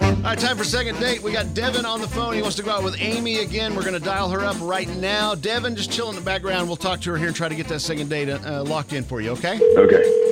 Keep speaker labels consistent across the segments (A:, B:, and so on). A: All right, time for second date. We got Devin on the phone. He wants to go out with Amy again. We're going to dial her up right now. Devin, just chill in the background. We'll talk to her here and try to get that second date uh, locked in for you, okay?
B: Okay.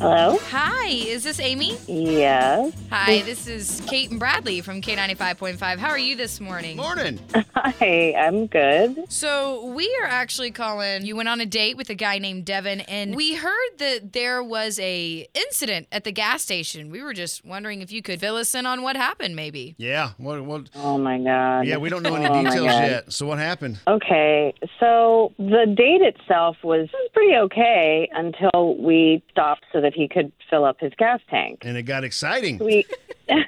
C: Hello?
D: Hi, is this Amy?
C: Yes.
D: Hi, this is Kate and Bradley from K95.5. How are you this morning?
A: Morning.
C: Hi, I'm good.
D: So, we are actually calling. You went on a date with a guy named Devin, and we heard that there was a incident at the gas station. We were just wondering if you could fill us in on what happened, maybe.
A: Yeah. What, what,
C: Oh my god.
A: yeah, we don't know any
C: Oh, my
A: details
C: God.
A: yet. So, what happened?
C: Okay, so the date itself was pretty okay until we stopped so that he could fill up his gas tank.
A: And it got exciting.
C: We well,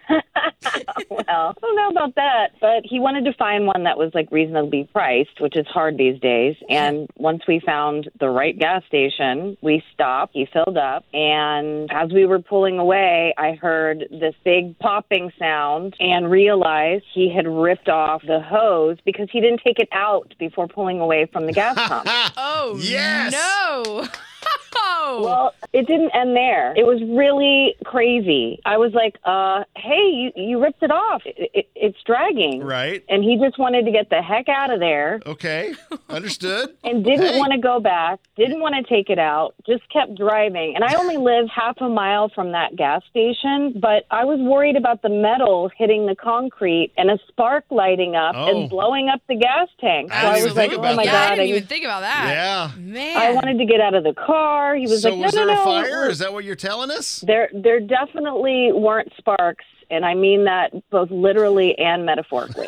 C: I don't know about that, but he wanted to find one that was like reasonably priced, which is hard these days. And once we found the right gas station, we stopped, he filled up, and as we were pulling away, I heard this big popping sound and realized he had ripped off the hose because he didn't take it out before pulling away from the gas pump.
D: Oh,
A: Yes!
D: no.
C: Well, it didn't end there. It was really crazy. I was like, uh, hey, you, you ripped it off. It, it, it's dragging.
A: Right.
C: And he just wanted to get the heck out of there
A: Okay. Understood.
C: and didn't
A: Hey.
C: want to go back, didn't want to take it out, just kept driving. And I only live half a mile from that gas station, but I was worried about the metal hitting the concrete and a spark lighting up
A: Oh.
C: and blowing up the gas tank.
A: I didn't
C: so I
A: even
C: was like,
A: think
C: oh
A: about
C: my
D: yeah,
A: that.
D: I
C: God.
D: didn't
C: I,
D: even
C: was-
D: think about that.
A: Yeah.
D: Man.
C: I wanted to get out of the car. He was
A: so,
C: like, no,
A: was
C: no,
A: there a
C: no.
A: fire?
C: we're-
A: Is that what you're telling us?
C: There, there definitely weren't sparks, and I mean that both literally and metaphorically.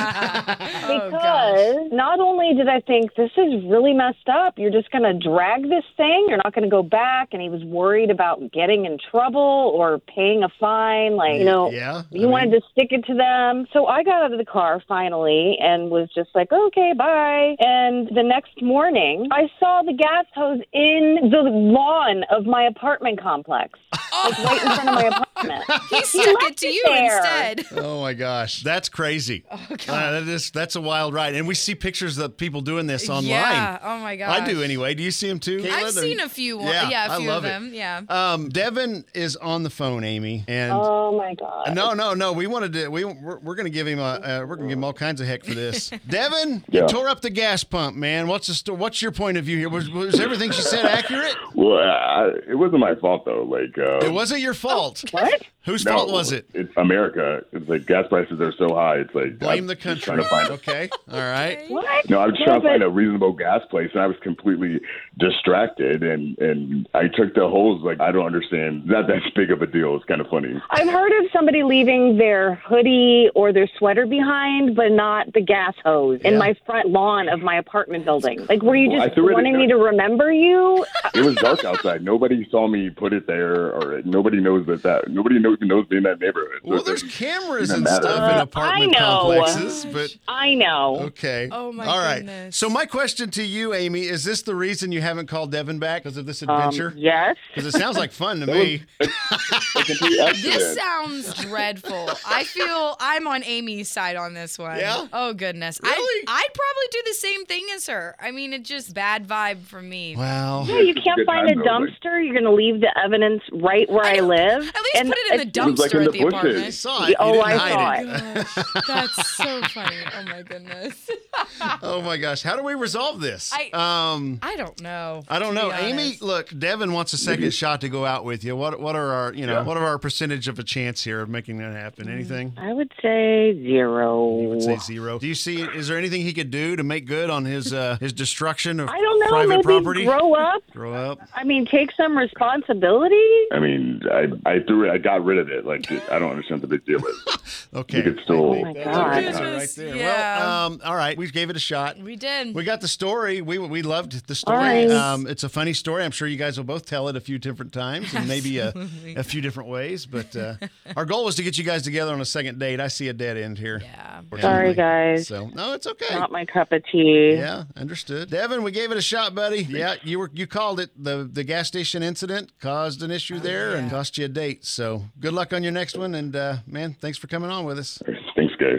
D: oh, gosh.
C: because not only did I think this is really messed up, you're just going to drag this thing, you're not going to go back, and he was worried about getting in trouble or paying a fine. Like, you know,
A: yeah.
C: you wanted to stick it to them. So I got out of the car finally and was just like, okay, bye. And the next morning, I saw the gas hose in the lawn of my apartment complex, like right in front of my apartment.
D: He stuck it
C: left
D: to
C: it
D: you
C: there.
D: instead.
A: Oh my gosh, that's crazy! Oh, God. that is, that's a wild ride, and we see pictures of people doing this online.
D: Yeah. Oh, my gosh.
A: I do anyway. Do you see them too?
D: I've seen a few. One,
A: Yeah,
D: yeah, a
A: I
D: few
A: love
D: of
A: it.
D: them. Yeah.
A: Um, Devin is on the phone, Amy, and
C: Oh my God.
A: no, no, no. We wanted to. We we're, we're gonna give him a. Uh, we're gonna give him all kinds of heck for this. Devin, you
B: Yeah.
A: tore up the gas pump, man. What's the sto- What's your point of view here? Was, was everything she said accurate?
B: Well, uh, I, it wasn't my fault though. Like, uh,
A: It wasn't your fault.
C: What?
A: Whose
B: no,
A: fault was it?
B: It's America. It's like gas prices are so high. It's like
A: Blame
B: I'm
A: the
B: just
A: country.
B: Trying to find a,
A: okay. All right.
C: What?
B: no, I was
C: Yeah,
B: trying to
C: but-
B: find a reasonable gas place, and I was completely distracted, and and I took the hose. Like, I don't understand. Not that big of a deal. It's kind of funny.
C: I've heard of somebody leaving their hoodie or their sweater behind, but not the gas hose in
A: Yeah.
C: my front lawn of my apartment building. Like, were you
B: Well, I
C: just
B: threw it in
C: wanting
B: there.
C: me to remember you?
B: It was dark outside. Nobody saw me put it there, or nobody knows that that nobody knows knows me in that neighborhood. So
A: Well,
B: it
A: there's
B: doesn't-
A: cameras
B: doesn't
A: and
B: matter.
A: stuff in
C: Uh,
A: apartment
C: I know.
A: complexes, but
C: I know.
A: okay.
D: Oh, my
A: All right.
D: goodness.
A: So my question to you, Amy, is this the reason you haven't called Devin back because of this
C: Um,
A: adventure?
C: yes.
A: Because it sounds like fun to
B: was-
A: me.
B: a complete
D: This
B: accident.
D: sounds dreadful. I feel I'm on Amy's side on this one.
A: Yeah?
D: Oh goodness.
A: Really?
D: I'd, I'd probably do the same thing as her. I mean, it's just bad vibe for me.
A: Wow.
C: Yeah, you
B: It's a
C: can't
B: good
C: find a
B: time, though, like-
C: dumpster. You're going to leave the evidence right where I, live.
D: At least
C: And
D: put it in
C: it's-
D: the
B: It
D: dumpster
B: was like in
D: at
B: the
D: the
B: bushes.
A: I
D: apartment.
A: saw it. You
C: Oh,
A: didn't
C: I
A: hide
C: saw
A: it.
D: Gosh, that's so funny. Oh my goodness.
A: Oh my gosh. How do we resolve this?
D: I-
A: um
D: I don't know.
A: I don't
D: to be
A: know. Amy,
D: honest.
A: look, Devin wants a second shot to go out with you. What what are our you know what are our percentage of a chance here of making that happen? Anything?
C: I would say zero.
A: I would say zero. Do you see? Is there anything he could do to make good on his uh, his destruction of
C: I don't know.
A: private
C: maybe
A: property?
C: grow up.
A: Grow up.
C: I mean, take some responsibility.
B: I mean, I I threw it. I got rid of it. Like I don't understand the big deal. With it.
A: Okay.
B: You could still.
C: Oh my God.
A: That's right
D: Goodness,
A: there. Well,
D: yeah.
A: um, all right, we gave it a shot.
D: we did.
A: We got the story. We we loved the story.
C: right.
A: Um, it's a funny story. I'm sure you guys will both tell it a few different times and maybe a, a few different ways. But uh, our goal was to get you guys together on a second date. I see a dead end here.
D: yeah.
C: Sorry, guys.
A: So no, it's okay.
C: Not my cup of tea.
A: Yeah, understood. Devin, we gave it a shot, buddy. Yeah, you were you called it the the gas station incident caused an
C: Oh,
A: issue there and cost you a date. So good luck on your next one, and uh, man, thanks for coming on with us.
B: Thanks, guys.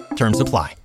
E: Terms apply.